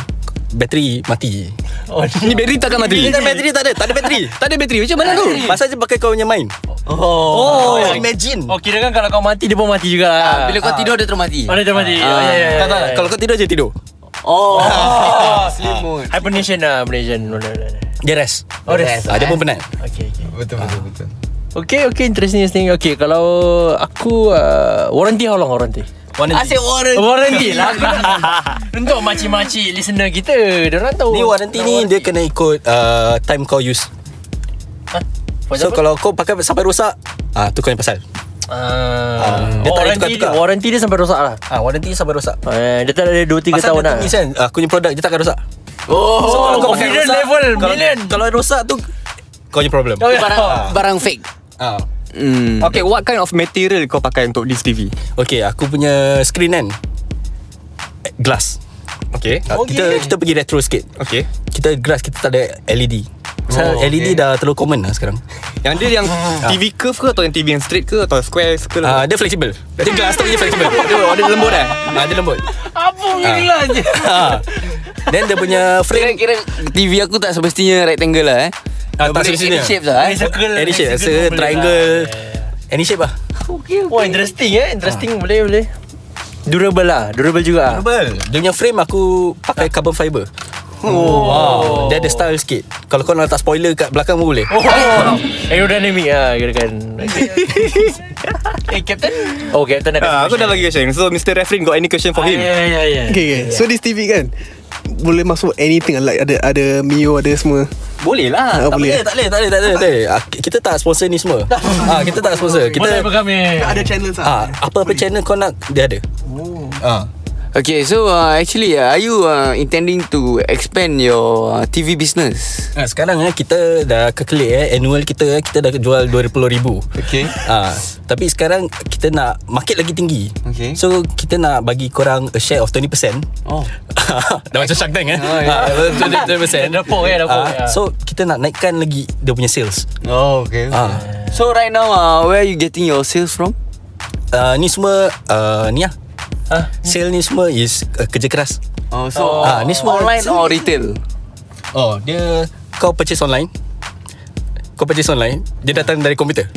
Speaker 4: bateri mati.
Speaker 2: Oh,
Speaker 1: Ni bateri takkan mati
Speaker 4: Tak bateri tak ada, tak ada bateri.
Speaker 1: Tak ada bateri Macam mana tu?
Speaker 4: Pasal je pakai kau punya mind.
Speaker 2: Oh,
Speaker 4: imagine.
Speaker 2: Oh, kira kan kalau kau mati, dia pun mati juga lah.
Speaker 5: Ah, Bila kau tidur dia terus mati
Speaker 2: Oh, dia dah mati. Oh, ya, ya, ya.
Speaker 4: Ah, Tak tak, kalau kau tidur je tidur.
Speaker 5: Oh,
Speaker 1: Ah,
Speaker 5: selimut.
Speaker 2: Hibernation lah, hibernation. Boleh, boleh, boleh.
Speaker 4: Dia rest.
Speaker 2: Oh, rest.
Speaker 4: Ah, dia pun penat.
Speaker 2: Okay, okay.
Speaker 5: Betul betul betul.
Speaker 2: Okay, okay. Interesting, interesting. Okay, kalau aku... Uh, warranty, how long warranty?
Speaker 5: Asyik warranty.
Speaker 2: Warranty lah aku nak- Untuk makcik-makcik listener kita Diorang tahu
Speaker 4: Ah. Ni warranty ni dia kena ikut uh, time kau use.
Speaker 2: Ha? For
Speaker 4: So
Speaker 2: example?
Speaker 4: kalau kau pakai sampai rosak, ah tu kau yang pasal.
Speaker 2: Ah, dia
Speaker 4: dia tak
Speaker 2: tak
Speaker 4: ada
Speaker 2: warranty,
Speaker 4: tukar-tukar.
Speaker 2: warranty dia sampai rosak lah
Speaker 4: Ah warranty sampai rosak.
Speaker 2: Eh, dia tak ada 2-3
Speaker 4: Pasal
Speaker 2: tahun
Speaker 4: dia
Speaker 2: lah
Speaker 4: tulis kan Aku punya produk Dia takkan rosak
Speaker 2: Oh, so, kalau confident level million
Speaker 4: Kalau rosak tu Kau punya problem
Speaker 2: Oh, ya.
Speaker 5: Barang barang fake.
Speaker 4: ah.
Speaker 5: Hmm.
Speaker 1: Okay what kind of material kau pakai untuk this TV?
Speaker 4: Okay aku punya screen kan eh, Glass
Speaker 1: Okay
Speaker 4: Ah,
Speaker 2: Oh,
Speaker 4: Kita
Speaker 2: yeah.
Speaker 4: kita pergi retro sikit
Speaker 1: Okay
Speaker 4: Kita glass Kita tak ada E LED
Speaker 5: Oh,
Speaker 4: Pasal LED E dah terlalu common lah sekarang
Speaker 1: Yang dia yang TV curve ke Atau yang TV yang straight ke Atau square ke
Speaker 4: ah, Dia flexible Dia glass tu dia flexible Dia, oh, dia lembut eh ah, Dia lembut
Speaker 2: Apa gila je
Speaker 4: ah. Then dia punya frame
Speaker 5: Kira-kira TV aku tak semestinya rectangle lah eh.
Speaker 4: Ah, tak
Speaker 5: Boleh
Speaker 4: semestinya.
Speaker 5: any shape tak eh?
Speaker 2: Circle
Speaker 4: Any shape
Speaker 2: circle
Speaker 4: Rasa
Speaker 2: pun boleh
Speaker 4: triangle
Speaker 2: lah.
Speaker 4: Any shape lah
Speaker 5: Okay, okay.
Speaker 2: Wah interesting eh Interesting boleh boleh Durable lah Durable juga
Speaker 4: Durable Dia punya frame aku Pakai carbon fiber Oh. Wow. Dia ada style sikit Kalau kau nak letak spoiler Kat belakang pun boleh
Speaker 2: Oh, aerodynamic lah kirakan. eh, Captain. Oh, Captain ada.
Speaker 1: Ah, aku dah bagi question. So Mr. Refrin got any question for
Speaker 2: Ya,
Speaker 1: him?
Speaker 2: ya, ya.
Speaker 6: Okay, okay. So this TV kan boleh masuk anything like ada ada Mio ada semua.
Speaker 1: Boleh lah.
Speaker 6: Ah,
Speaker 4: tak boleh, tak
Speaker 6: boleh.
Speaker 4: boleh, tak boleh, tak boleh, tak boleh. Ah, Kita tak sponsor ni semua. ah, kita tak sponsor.
Speaker 2: Kita
Speaker 4: Kita
Speaker 2: kami.
Speaker 6: Ada lah. channel sah.
Speaker 4: ah, apa-apa channel kau nak dia ada. Ah.
Speaker 5: Okay, so uh, actually, uh, are you uh, intending to expand your uh, TV business?
Speaker 4: Ah, sekarang eh kita dah kekelik eh annual kita eh kita dah jual 20,000.
Speaker 5: Okay.
Speaker 4: Ah, tapi sekarang kita nak market lagi tinggi.
Speaker 5: Okay.
Speaker 4: So kita nak bagi korang a share of 20%.
Speaker 5: Oh.
Speaker 4: dah macam Shark Tank eh.
Speaker 5: Oh, ya.
Speaker 4: Ah, betul, betul, betul.
Speaker 2: Dah pok, eh, dah pok,
Speaker 4: Ah,
Speaker 2: ya.
Speaker 4: So kita nak naikkan lagi dia punya sales.
Speaker 5: Oh, okay.
Speaker 4: Ah.
Speaker 5: So right now, uh, where are you getting your sales from?
Speaker 4: Ah, ni semua ah, ni lah.
Speaker 2: Ah.
Speaker 4: Sale ni semua is uh, kerja keras.
Speaker 5: Oh, so
Speaker 4: Ah, ni semua-
Speaker 5: online or retail?
Speaker 4: Oh, dia kau purchase online. Kau purchase online, dia datang dari komputer.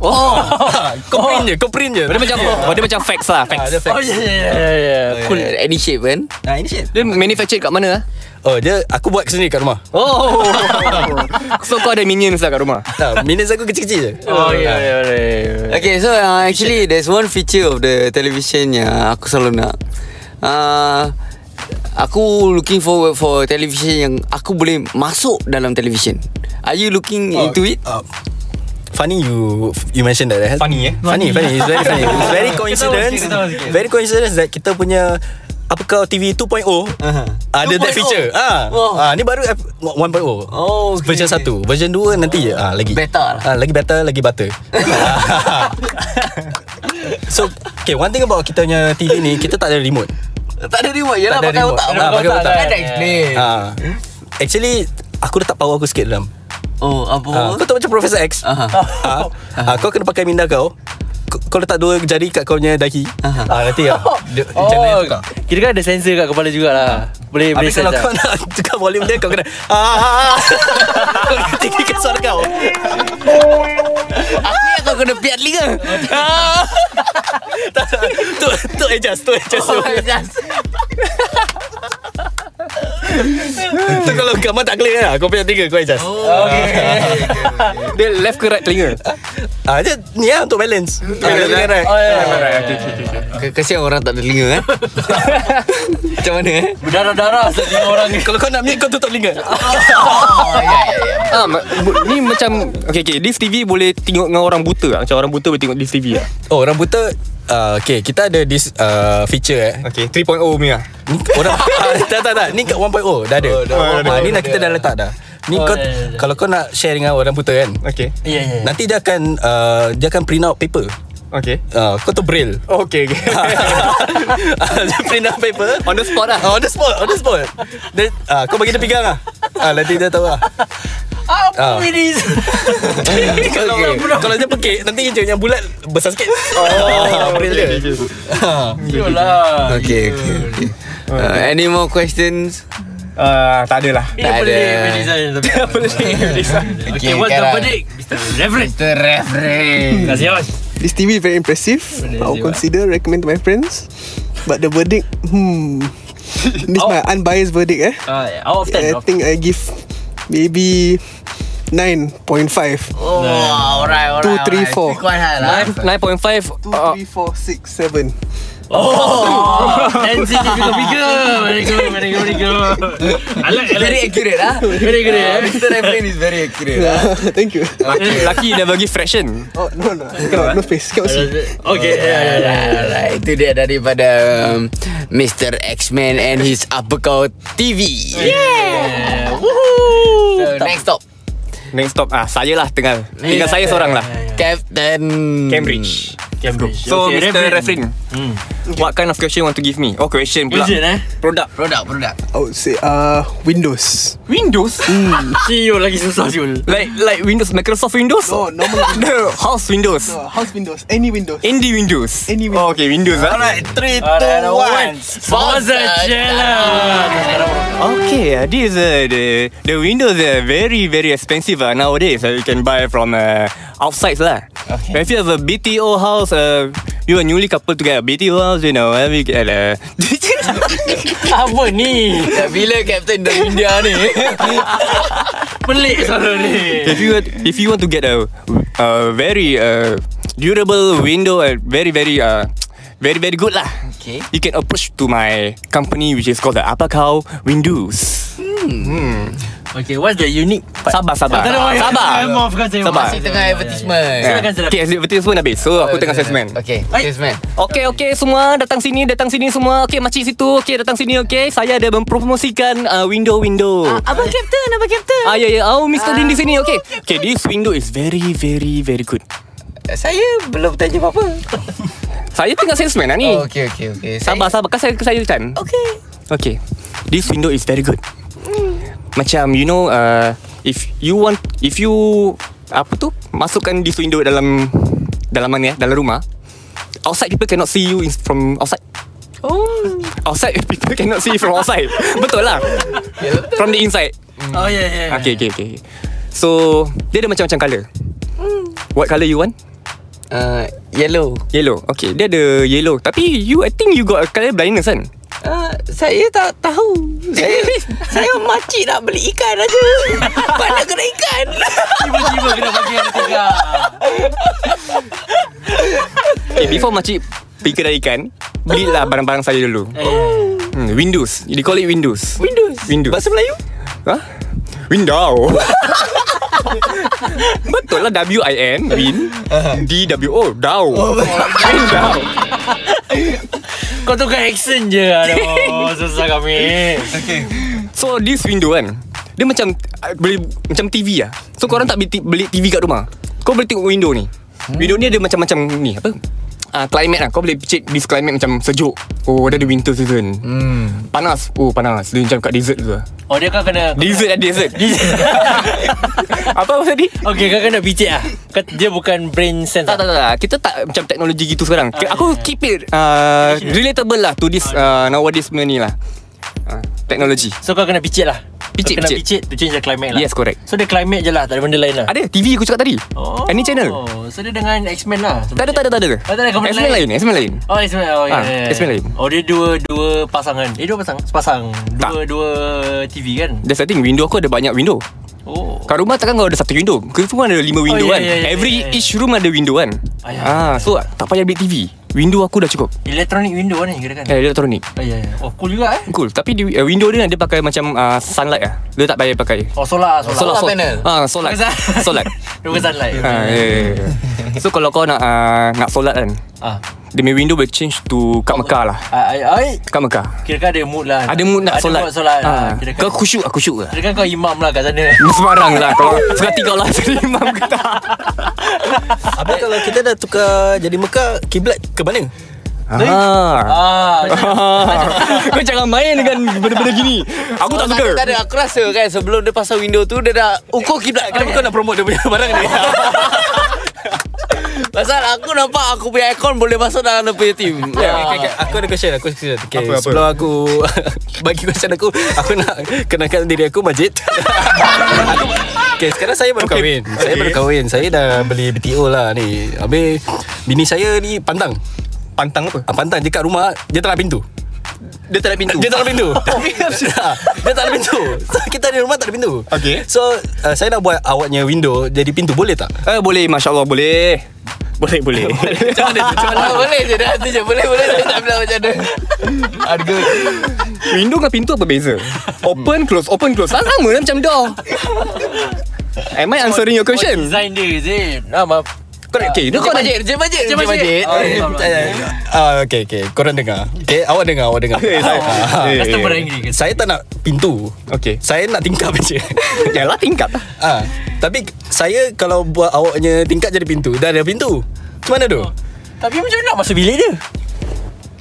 Speaker 5: Oh,
Speaker 4: Ah, kau print je, kau print je.
Speaker 1: Dia macam dia macam fax lah, fax.
Speaker 4: ada fax.
Speaker 2: Oh, ya, ya, ya, ya.
Speaker 5: cool. Any shape kan?
Speaker 4: Nah, ini shit.
Speaker 1: Dia manufactured kat mana ah?
Speaker 4: Oh, dia aku buat sendiri kat rumah.
Speaker 1: Oh. so kau ada minions lah kat rumah.
Speaker 4: Tak, minus aku kecil-kecil je. Ah,
Speaker 2: Oh, ya, ya, boleh.
Speaker 5: Okay, so uh, actually there's one feature of the television yang aku selalu nak. Uh, aku looking forward for television yang aku boleh masuk dalam television. Are you looking oh, into it?
Speaker 4: Uh, Funny you you mentioned that eh? Funny eh Funny funny It's very funny It's very coincidence Very coincidence that kita punya Apa kau TV 2.0 uh-huh. Ada that
Speaker 5: 2.0.
Speaker 4: feature ah,
Speaker 5: Wow.
Speaker 4: ah, Ni baru ap- 1.0
Speaker 5: Oh, okay,
Speaker 4: Version
Speaker 5: okay.
Speaker 4: 1 Version 2 nanti je ah, Lagi
Speaker 5: Beta lah.
Speaker 4: ah, Lagi better Lagi butter So Okay one thing about kita punya TV ni Kita tak ada remote
Speaker 5: Tak ada remote, yelah
Speaker 4: Tak ada
Speaker 5: pakai
Speaker 4: remote.
Speaker 5: otak.
Speaker 4: Ah, pakai otak.
Speaker 5: Kan dah explain.
Speaker 4: ah. Actually Aku letak power aku sikit dalam
Speaker 5: Oh, apa?
Speaker 4: Ah, kau tahu macam Professor X
Speaker 5: Aha.
Speaker 4: Ah, ah, Kau kena pakai minda kau K- Kau letak dua jari kat kau punya dahi
Speaker 5: Aha.
Speaker 4: ah, Nanti lah Dia-
Speaker 2: Oh,
Speaker 4: channel dia tukar.
Speaker 2: kira kan ada sensor kat kepala jugalah. Boleh, boleh
Speaker 4: Habis kalau
Speaker 2: sense
Speaker 4: kau
Speaker 2: lah.
Speaker 4: nak tukar volume dia Kau kena ah, ah, ah. Kau kena tinggikan suara kau
Speaker 5: Aku yang kau kena piat liga.
Speaker 4: Tak, tak. Tu tu adjust Tu adjust tu. Tu kalau gambar tak clear lah Kau punya tiga Kau adjust
Speaker 1: Dia left ke right telinga?
Speaker 4: ah, Dia ni lah untuk balance Ah, dia punya right.
Speaker 2: Oh, ya, ya.
Speaker 5: Kesian orang tak ada telinga eh. Macam mana eh? Oh.
Speaker 2: Berdarah-darah setiap orang ni.
Speaker 4: Kalau kau nak mute Kau tutup telinga
Speaker 1: Ah, ma- bu- ni macam okay, okay, this TV boleh tengok dengan orang buta lah. Macam orang buta boleh tengok this TV lah.
Speaker 4: Oh orang buta ah, Okay kita ada this ah, feature eh
Speaker 1: Okay, 3.0 punya.
Speaker 4: Ni kat- orang ah, tak tak tak ni kat 1.0 dah ada. Oh, dah, ah, ni dah kita dah letak dah. Ni
Speaker 2: Oh,
Speaker 4: kau
Speaker 2: dah, dah, dah.
Speaker 4: kalau kau nak share dengan orang buta kan.
Speaker 1: Okay.
Speaker 2: Ya, ya.
Speaker 4: Nanti dia akan uh, dia akan print out paper.
Speaker 1: Okay.
Speaker 4: Uh, kau tu braille. Ah,
Speaker 1: Okay, okay.
Speaker 4: dia print out paper.
Speaker 1: On the spot lah.
Speaker 4: Oh, on the spot, on the spot. Dia, ah, kau bagi dia pegang lah. Ah, nanti dia tahu lah.
Speaker 2: Apa
Speaker 4: Ah.
Speaker 2: ini?
Speaker 4: kalau,
Speaker 5: Okay.
Speaker 4: kalau dia pekik, nanti dia yang bulat besar sikit. Oh, braille dia.
Speaker 2: Yolah.
Speaker 5: Okay, okay, okay. Uh, any more questions?
Speaker 1: Uh, tak adalah.
Speaker 2: Ini
Speaker 5: Tak
Speaker 2: boleh
Speaker 5: ada.
Speaker 2: berdesign tapi. Okay,
Speaker 5: Okay,
Speaker 2: what's the
Speaker 5: sekarang.
Speaker 2: verdict? Mr. Reverend. Mr. Reverend. Kasih awak.
Speaker 6: This TV very impressive. I'll consider recommend to my friends. But the verdict, hmm, this my unbiased verdict eh.
Speaker 2: Uh, out of 10.
Speaker 6: I
Speaker 2: out of
Speaker 6: think I give maybe 9.5
Speaker 5: Oh, alright, alright.
Speaker 6: Two, three,
Speaker 5: alright.
Speaker 6: four.
Speaker 5: Still Quite high lah.
Speaker 1: 9.5
Speaker 6: Two,
Speaker 1: uh,
Speaker 6: three, four, six, seven.
Speaker 2: 10. And sini juga bigger. Very good, very good, very good. I like, I
Speaker 5: Very
Speaker 2: like.
Speaker 5: accurate lah.
Speaker 2: Very good, eh?
Speaker 5: Mr. Refrain is very accurate. ah.
Speaker 6: Thank you.
Speaker 1: Lucky never give fraction
Speaker 6: Oh no no, cannot, no face, cannot see.
Speaker 2: Okay, yeah, yeah, yeah.
Speaker 5: Alright, itu dia daripada um, Mr. X-Men and his Uppercut TV.
Speaker 2: yeah. Woohoo.
Speaker 5: So, next stop, Ya,
Speaker 1: Next stop ah Saya lah tengah Tinggal saya seorang lah
Speaker 5: ya. Captain
Speaker 1: Cambridge
Speaker 2: Cambridge.
Speaker 1: So
Speaker 2: Hmm. Okay,
Speaker 1: Mr. Refrin What kind of question you want to give me? Oh question pula
Speaker 2: Vision eh
Speaker 1: Product
Speaker 5: Produk, produk.
Speaker 6: I would say uh Windows.
Speaker 1: Windows?
Speaker 2: Siul E lagi susah Siul
Speaker 1: like like Windows Microsoft Windows?
Speaker 6: No, normal
Speaker 1: The house Windows
Speaker 6: uh, house Windows, any Windows.
Speaker 1: Indie Windows
Speaker 6: Any Windows.
Speaker 1: Oh okay Windows lah
Speaker 4: Alright, 3
Speaker 2: Alright,
Speaker 4: 2 1.
Speaker 2: Sponsor challenge
Speaker 1: Okay, uh, this uh, the the windows are very very expensive uh, nowadays. Uh, you can buy from uh, outside lah. Okay. If you have a BTO house, uh, you a newly couple to get a BTO house, you know, and we get uh, a.
Speaker 2: Apa ni?
Speaker 5: Ya, Bila Captain dari India ni
Speaker 2: Pelik suara ni.
Speaker 1: if you if you want to get a, a very uh, durable window, uh, very very uh, very very good lah.
Speaker 5: Okay.
Speaker 1: You can approach to my company which is called the Apakau Windows.
Speaker 2: Okay, what's the unique part?
Speaker 1: Sabar sabar. Sabar. Sabar.
Speaker 5: Masih tengah advertisement
Speaker 2: Silakan, silakan.
Speaker 1: Okay, advertisement habis. So aku tengah assessment.
Speaker 5: Okay Advertisement
Speaker 1: Okey okey semua datang sini datang sini semua. Okey makcik situ. Okey datang sini okey. Saya ada mempromosikan uh, window-window.
Speaker 7: Abang Captain, Abang Captain.
Speaker 1: Ah ya ya. Oh Mr. Din di sini. Okey. Okey this window is very very very good.
Speaker 5: Saya belum tanya apa-apa
Speaker 1: Saya tengah assessment lah ni.
Speaker 5: Oh, okay, okay, okay.
Speaker 1: Sabar sabar kan saya saya time.
Speaker 7: Okay.
Speaker 1: Okay. This window is very good. Macam you know uh, if you want if you apa tu masukkan this window dalam dalam mana ya dalam rumah outside people cannot see you is from outside. Oh. Outside people cannot see you from outside. Betul lah. From the inside.
Speaker 2: Oh, yeah, yeah. yeah.
Speaker 1: Okay, okay, okay. So dia ada macam-macam colour. What colour you want?
Speaker 5: Uh, yellow
Speaker 1: Yellow. Okay, dia ada yellow. Tapi you I think you got a colour blindness kan?
Speaker 5: uh, Saya tak tahu Saya saya makcik nak beli ikan aja Mana kena ikan
Speaker 2: Tiba-tiba kena bagi yang ketiga.
Speaker 1: Okay, before makcik pergi kedai ikan, belilah barang-barang saya dulu. Hmm, Windows. They call it Windows. Windows. Windows. Bahasa Melayu? Ha? Window. Betul lah W I N Win D W O Dow. Window.
Speaker 2: Kau tukar accent je. Aduh, susah kami.
Speaker 1: So this window kan, dia macam uh, boleh macam TV lah. So korang tak beli, ti- beli TV kat rumah. Kau boleh tengok window ni. Window ni ada macam-macam ni apa? Ah uh, climate lah. Kau boleh check this climate macam sejuk. Oh, dia ada winter season. Hmm. Panas. Oh, panas. Dia macam kat desert tu lah.
Speaker 2: Oh, dia kau kena...
Speaker 1: Dessert lah dessert Apa maksud ni?
Speaker 2: Okay, kau kena bijik lah. Kau- Dia bukan brain sense. lah.
Speaker 1: Tak, tak, tak, tak. Kita tak macam teknologi gitu sekarang. Aku keep it uh, relatable lah to this uh, nowadays punya ni lah. Uh, teknologi.
Speaker 2: So kau kena picit lah
Speaker 1: Picit,
Speaker 2: Kau kena
Speaker 1: picit.
Speaker 2: picit To change the climate lah
Speaker 1: Yes, correct.
Speaker 2: So dia climate je lah Tak ada benda lain lah Oh,
Speaker 1: Ada TV aku cakap tadi. Any channel.
Speaker 2: So dia dengan X-Men lah
Speaker 1: Tak ada, tak ada, tak ada.
Speaker 2: Oh, tak ada, kau benda
Speaker 1: X-Men lain,
Speaker 2: lain.
Speaker 1: X-Men lain.
Speaker 2: Oh X-Men oh, yeah,
Speaker 1: Ah,
Speaker 2: yeah, yeah.
Speaker 1: X-Men lain.
Speaker 2: Oh dia dua Dua pasangan Eh dua pasang Sepasang Dua
Speaker 1: Tak.
Speaker 2: dua TV kan
Speaker 1: That's the thing, window aku ada banyak window.
Speaker 2: Oh
Speaker 1: Kat rumah takkan kau ada satu window. Kau pun ada lima window
Speaker 2: yeah,
Speaker 1: kan.
Speaker 2: yeah, yeah,
Speaker 1: Every
Speaker 2: yeah, yeah.
Speaker 1: each room ada window kan.
Speaker 2: Ah, yeah.
Speaker 1: Ah, Hmm. so tak payah beli TV. Window aku dah cukup.
Speaker 2: Electronic window kan kira kan
Speaker 1: Eh, elektronik.
Speaker 2: Oh, yeah, yeah. oh cool juga eh
Speaker 1: Cool. Tapi di uh, window dia dia pakai macam uh, sunlight lah. Dia tak payah pakai
Speaker 2: Oh solar Solar,
Speaker 1: Solar,
Speaker 5: Solar
Speaker 1: sol-
Speaker 5: panel.
Speaker 1: Ah, solat.
Speaker 2: Bukan-
Speaker 1: solat.
Speaker 2: Dia bukan sunlight
Speaker 1: Ha, ya, ya, ya. So kalau kau nak uh, nak solat kan,
Speaker 2: Ah,
Speaker 1: dia punya window boleh change to kat Mekah lah.
Speaker 2: ah, ah, ah,
Speaker 1: Kat Mekah.
Speaker 2: Kira kan ada mood lah
Speaker 1: Ada mood nak solat.
Speaker 2: mood solat
Speaker 1: Ah,
Speaker 2: ah, Kira
Speaker 1: Kau
Speaker 2: kan
Speaker 1: khusyuk aku khusyuk lah.
Speaker 2: Kira kan kau imam lah kat sana
Speaker 1: Semarang lah Kalau Sekati kau lah Jadi imam ke tak
Speaker 4: Apa kalau kita dah tukar Jadi Mekah Kiblat ke mana?
Speaker 1: ah.
Speaker 2: Ah,
Speaker 1: Kau jangan main dengan Benda-benda gini Aku tak suka
Speaker 5: Oh, Tak ada aku rasa kan Sebelum dia pasang window tu Dia dah
Speaker 4: Ah,
Speaker 5: ukur kiblat Kenapa kau nak promote dia punya barang ni Pasal aku nampak Aku punya aircon Boleh masuk dalam dia punya team
Speaker 4: Okay, okay, aku ada question Aku ada question okay, Ah. apa, Sebelum aku Bagi question aku Aku nak Kenakan diri aku masjid Aku Okay sekarang saya baru kahwin Saya baru kahwin Saya dah beli BTO lah ni Habis Bini saya ni pantang
Speaker 1: Pantang apa?
Speaker 4: ah, Pantang dia kat rumah Dia tak nak pintu dia tak ada pintu Dia tak ada pintu Sudah. Dia tak ada pintu So kita di rumah tak ada pintu
Speaker 1: Okay.
Speaker 4: So uh, saya nak buat awaknya window Jadi pintu boleh tak?
Speaker 1: Eh boleh Masya Allah boleh Boleh boleh
Speaker 5: Kalau boleh je dah tu je Boleh boleh Saya tak bilang macam mana Harga
Speaker 1: Window dengan pintu apa beza? Open close Open close Tak sama lah macam door Am I answering your question?
Speaker 2: Design dia is it Ah, Nah, maaf
Speaker 1: Correct Okay Dia kau dah
Speaker 5: Majid Dia majid Dia
Speaker 2: Majid.
Speaker 5: majid
Speaker 2: Oh, yeah.
Speaker 4: Ah, okay, okay. Korang dengar. Okay, awak dengar, awak dengar. Ah.
Speaker 1: Eh, saya- eh, eh.
Speaker 2: Ah, Customer angry ke?
Speaker 4: Saya tak nak pintu.
Speaker 1: Okay
Speaker 4: Saya nak tingkap je.
Speaker 1: Yalah tingkat lah
Speaker 4: ah, tapi saya kalau buat awaknya tingkap jadi pintu, dah ada pintu. Macam mana tu?
Speaker 2: Tapi macam mana nak masuk bilik dia?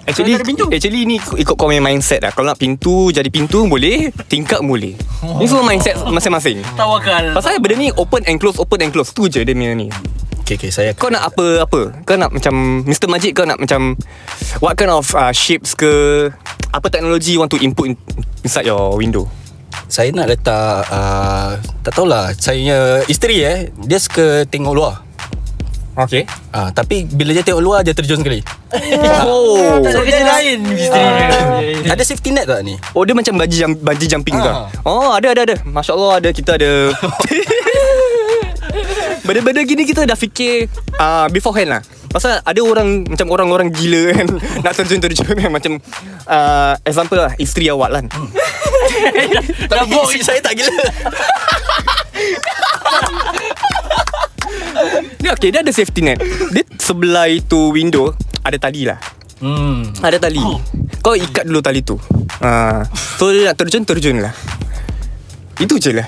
Speaker 1: Actually
Speaker 2: Kalau tak ada pintu?
Speaker 1: Actually ni ikut ikut kau punya mindset lah Kalau nak pintu Jadi pintu boleh Tingkap boleh
Speaker 2: Oh.
Speaker 1: Ni semua mindset masing-masing
Speaker 2: Tawakal
Speaker 1: Pasal benda ni open and close Open and close Tu je dia punya ni
Speaker 4: Okay, okay, saya
Speaker 1: Kau nak apa-apa Kau nak macam Mr. Majid kau nak macam What kind of uh, shapes ke Apa teknologi you want to input in, Inside your window
Speaker 4: saya nak letak ah, uh, tak tahulah, saya punya isteri eh, dia suka tengok luar.
Speaker 1: Okay
Speaker 4: Ah, tapi bila dia tengok luar dia terjun sekali.
Speaker 1: Oh
Speaker 2: Ada kerja lain Misteri
Speaker 1: Ah.
Speaker 4: Ada safety net tak ni?
Speaker 1: Oh dia macam bungee, jump, bungee jumping ah. ke
Speaker 4: Ah.
Speaker 1: Oh ada ada ada Masya Allah ada Kita ada Benda-benda gini kita dah fikir uh, Beforehand lah Pasal ada orang Macam orang-orang gila kan Nak terjun-terjun kan Macam uh, Example lah Isteri awak lah hmm.
Speaker 4: Dah bohong saya tak gila.
Speaker 1: Dia okay Dia ada safety net Dia sebelah itu window Ada tali lah
Speaker 4: Hmm.
Speaker 1: Ada tali Kau ikat dulu tali tu uh, So dia nak terjun Terjun lah Itu je lah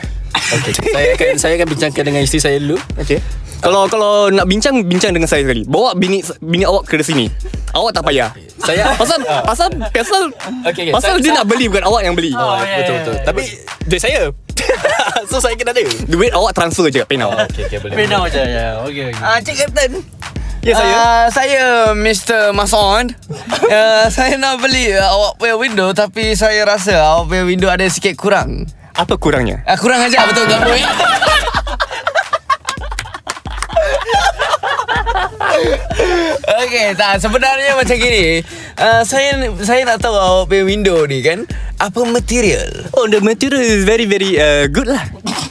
Speaker 4: Okay. saya akan saya akan bincangkan dengan isteri saya dulu.
Speaker 1: Okay Kalau kalau nak bincang Bincang dengan saya sekali Bawa bini bini awak ke sini Awak tak payah
Speaker 4: Saya
Speaker 1: Pasal Pasal Pasal
Speaker 4: Okay, okay.
Speaker 1: Pasal
Speaker 4: Saya-
Speaker 1: dia
Speaker 4: saya-
Speaker 1: nak beli Bukan awak yang beli
Speaker 4: Oh, betul betul. Tapi dia saya. so saya kena ada.
Speaker 1: Duit awak transfer je kat pen awak
Speaker 4: Okay, okay, boleh.
Speaker 2: Penau je ya. Okay, okay.
Speaker 5: Ah, Cik Captain. Ya saya.
Speaker 1: Ah.
Speaker 5: Uh, saya Mr. Mason. uh, saya nak beli uh, awak punya window tapi saya rasa awak punya window ada sikit kurang.
Speaker 1: Apa kurangnya
Speaker 5: Uh, kurang aja betul tak boy? Okey, tak sebenarnya macam gini. Uh, saya saya nak tahu awak punya window ni kan apa material?
Speaker 1: Oh the material is very very uh, good lah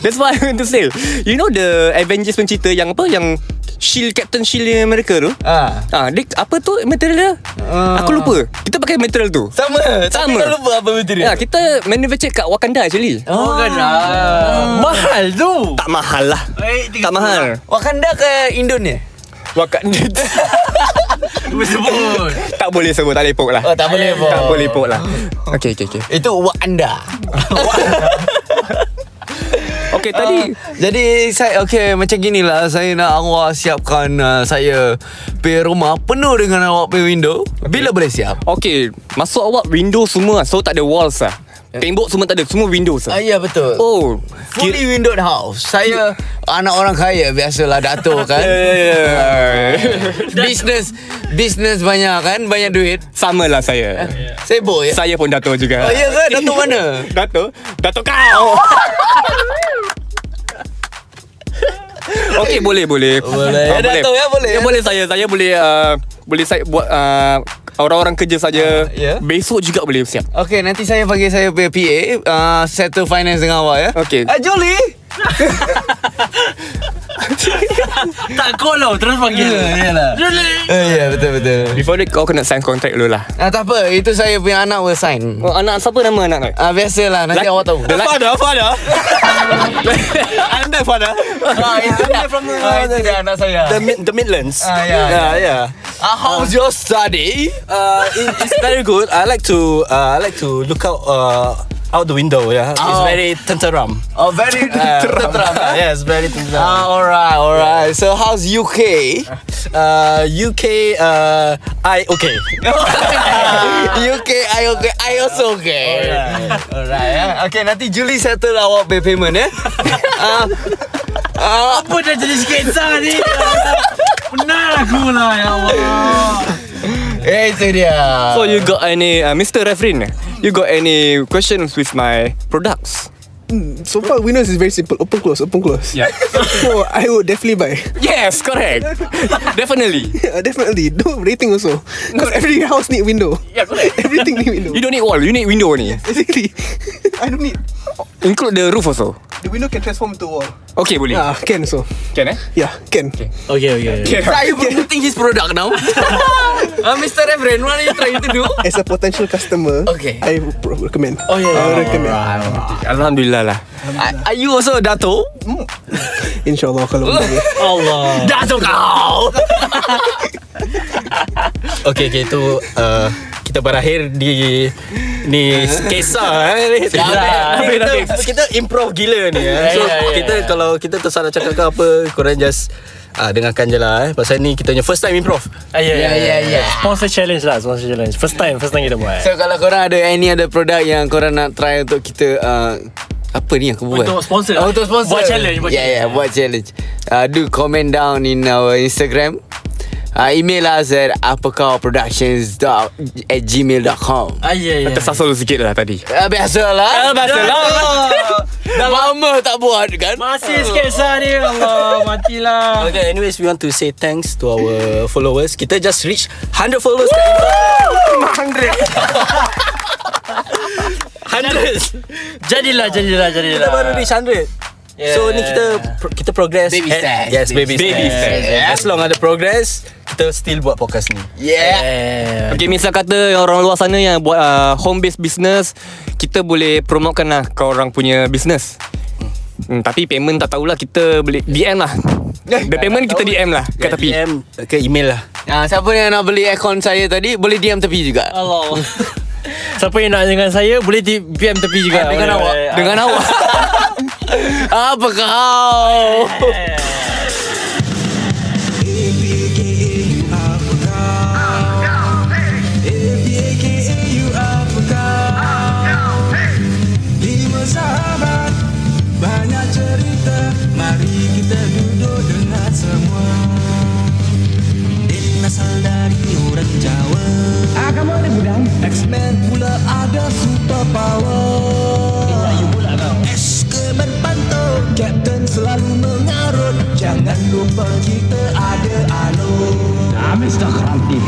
Speaker 1: That's why I want to sell You know the Avengers pencerita yang apa Yang Shield Captain Shield yang mereka tu
Speaker 5: Ah.
Speaker 1: Ah, dia, apa tu material dia?
Speaker 5: Ah.
Speaker 1: Aku lupa. Kita pakai material tu.
Speaker 5: Sama,
Speaker 1: Sama.
Speaker 5: Tapi kau lupa apa
Speaker 1: Ya,
Speaker 5: material.
Speaker 1: kita manufacture kat Wakanda actually.
Speaker 5: Oh, kan.
Speaker 2: lah.
Speaker 1: Ah.
Speaker 2: Mahal tu.
Speaker 1: Tak mahal lah.
Speaker 5: Eh,
Speaker 1: Tak mahal.
Speaker 5: Wakanda kan ke Indonesia?
Speaker 1: Wakanda
Speaker 2: Sebut.
Speaker 1: tak boleh sebut tak lepok lah.
Speaker 5: Oh, tak boleh pun.
Speaker 1: Tak boleh lepok lah. Okay, okay, okay.
Speaker 5: Itu Wakanda.
Speaker 1: Okay, tadi
Speaker 5: Ah, jadi saya okey macam gini lah saya nak awak siapkan uh, saya pergi rumah penuh dengan awak punya window. Bila boleh siap?
Speaker 1: Okay Masuk awak window semua So tak ada walls lah
Speaker 5: Ya.
Speaker 1: Tembok semua tak ada Semua windows lah
Speaker 5: Ah, ya betul. Oh.
Speaker 1: Oh
Speaker 5: Fully windowed house. Saya anak orang kaya biasalah dato kan.
Speaker 1: yeah.
Speaker 5: business business banyak kan, banyak duit.
Speaker 1: Sama lah saya
Speaker 5: Sibuk ya.
Speaker 1: Saya pun dato juga
Speaker 5: Oh ya ke? Dato mana?
Speaker 1: Dato Dato kau Okay boleh boleh Boleh
Speaker 5: Ya, Dato, ya, boleh,
Speaker 1: Ya
Speaker 5: ya.
Speaker 1: boleh saya Saya boleh uh, Boleh saya buat uh, Orang-orang kerja saja
Speaker 5: Ah, ya.
Speaker 1: Besok juga boleh siap
Speaker 5: Okey, nanti saya panggil saya punya PA uh, Settle finance dengan awak ya
Speaker 1: Okey.
Speaker 5: Ah, Jolie
Speaker 2: Tak call tau. Terus panggil.
Speaker 5: Yalah Ya, yeah, betul-betul
Speaker 1: Before that kau kena sign contract dulu lah
Speaker 5: Ah, tak apa, itu saya punya anak will sign.
Speaker 1: oh, Anak siapa nama anak kau?
Speaker 5: Ah, biasalah, nanti awak tahu.
Speaker 1: The father, father. I'm the father.
Speaker 5: Ah, itu dia from the, ah, itu dia anak saya.
Speaker 4: The, mid, the Midlands.
Speaker 5: Ah, ya, ya.
Speaker 4: yeah. yeah.
Speaker 5: Ah, how's your study?
Speaker 4: Uh, it, it's very good. I like to uh, I like to look out uh, out the window. Yeah, it's
Speaker 5: Oh.
Speaker 4: very tenteram.
Speaker 5: Oh, very uh, tenteram. eh?
Speaker 4: yes, very tenteram.
Speaker 5: Ah, alright, alright. So, how's UK? Ah,
Speaker 4: Uh, UK. Uh, I okay.
Speaker 5: UK, I okay, I also okay. Alright, alright. Ya. Okay, nanti Julie settle awak pay payment ya. Ah, ah,
Speaker 2: Apa dah jadi sketsa ni? Benar aku lah ya Allah.
Speaker 5: eh, itu dia.
Speaker 1: Ah. So you got any uh, Mr. Refrin? You got any questions with my products?
Speaker 6: Mm, so far, Windows is very simple. Open close, open close.
Speaker 1: Yeah.
Speaker 6: so I would definitely buy.
Speaker 1: Yes, correct. Definitely.
Speaker 6: Yeah, definitely. No rating also. Because every house need window.
Speaker 1: Yeah, correct.
Speaker 6: Everything need window.
Speaker 1: You don't need wall, you need window ni.
Speaker 6: Basically, I don't need.
Speaker 1: Include the roof also.
Speaker 6: The window can transform into wall.
Speaker 1: Okay, boleh.
Speaker 5: Ya.
Speaker 6: Yeah, Ah, can so.
Speaker 1: Can eh?
Speaker 6: Yeah, can.
Speaker 2: Okay, okay. okay.
Speaker 5: Are you promoting his product now? uh, Mr. Reverend, what are you trying to do?
Speaker 6: As a potential customer,
Speaker 5: Okay.
Speaker 6: I would pro- recommend.
Speaker 5: Oh, yeah,
Speaker 6: I would
Speaker 5: yeah,
Speaker 6: recommend.
Speaker 1: Alhamdulillah lah.
Speaker 5: Are, are you also a dato?
Speaker 6: Insyaallah kalau boleh.
Speaker 4: Allah.
Speaker 5: Dato kau.
Speaker 4: Okay, okay itu uh, kita berakhir di ni kisah eh. Kita,
Speaker 5: Habis,
Speaker 4: kita, kita improv gila ni. Eh. So kita kalau kita tersalah cakap ke apa, korang just uh, dengarkan je lah eh. Pasal ni kita punya first time improv.
Speaker 2: Ah,
Speaker 1: Ya,
Speaker 2: yeah, yeah,
Speaker 5: yeah,
Speaker 2: yeah,
Speaker 5: yeah.
Speaker 2: yeah. Sponsor challenge lah, sponsor challenge. First time, first time kita buat.
Speaker 5: So kalau korang ada any ada produk yang korang nak try untuk kita uh, apa ni aku buat?
Speaker 2: Untuk sponsor. eh?
Speaker 5: Oh, untuk sponsor.
Speaker 2: Buat challenge, buat
Speaker 5: yeah, yeah,
Speaker 2: challenge.
Speaker 5: buat challenge. Uh, do comment down in our Instagram. Uh, email us at apakauproductions at gmail.com.
Speaker 2: Ah, yeah, yeah.
Speaker 1: Tersasul sikit lah tadi.
Speaker 5: Uh,
Speaker 1: Ah,
Speaker 5: biasalah.
Speaker 1: biasalah.
Speaker 5: Dato. Dah lama tak buat kan
Speaker 2: Masih sketsa ni Allah matilah
Speaker 4: Okay, anyways, we want to say thanks to our followers. Kita just reach 100 followers. kat Instagram. 100. 100.
Speaker 2: Jadilah jadilah jadilah
Speaker 4: Kita baru reach 100. So ni kita pro- kita progress
Speaker 5: Baby
Speaker 4: at-
Speaker 5: steps.
Speaker 4: Yes baby,
Speaker 1: Baby
Speaker 4: steps,
Speaker 1: steps.
Speaker 4: Yeah. As long ada progress Kita still buat podcast ni
Speaker 5: Yeah Ya.
Speaker 1: Okay misal kata yang orang luar sana yang buat uh, home based business Kita boleh promotekan lah kau orang punya business hmm, Tapi payment tak tahulah kita boleh DM lah
Speaker 5: Eh,
Speaker 1: The payment kita DM lah kat tepi
Speaker 4: DM ke email lah
Speaker 5: Ah, Siapa yang nak beli aircon saya tadi Boleh diam tepi juga
Speaker 2: Allah Siapa yang nak dengan saya Boleh di PM tepi juga
Speaker 5: Eh, Dengan
Speaker 2: Ah, Boleh,
Speaker 5: awak
Speaker 2: boleh.
Speaker 5: Dengan awak Apa kau
Speaker 7: Amin tak kranti.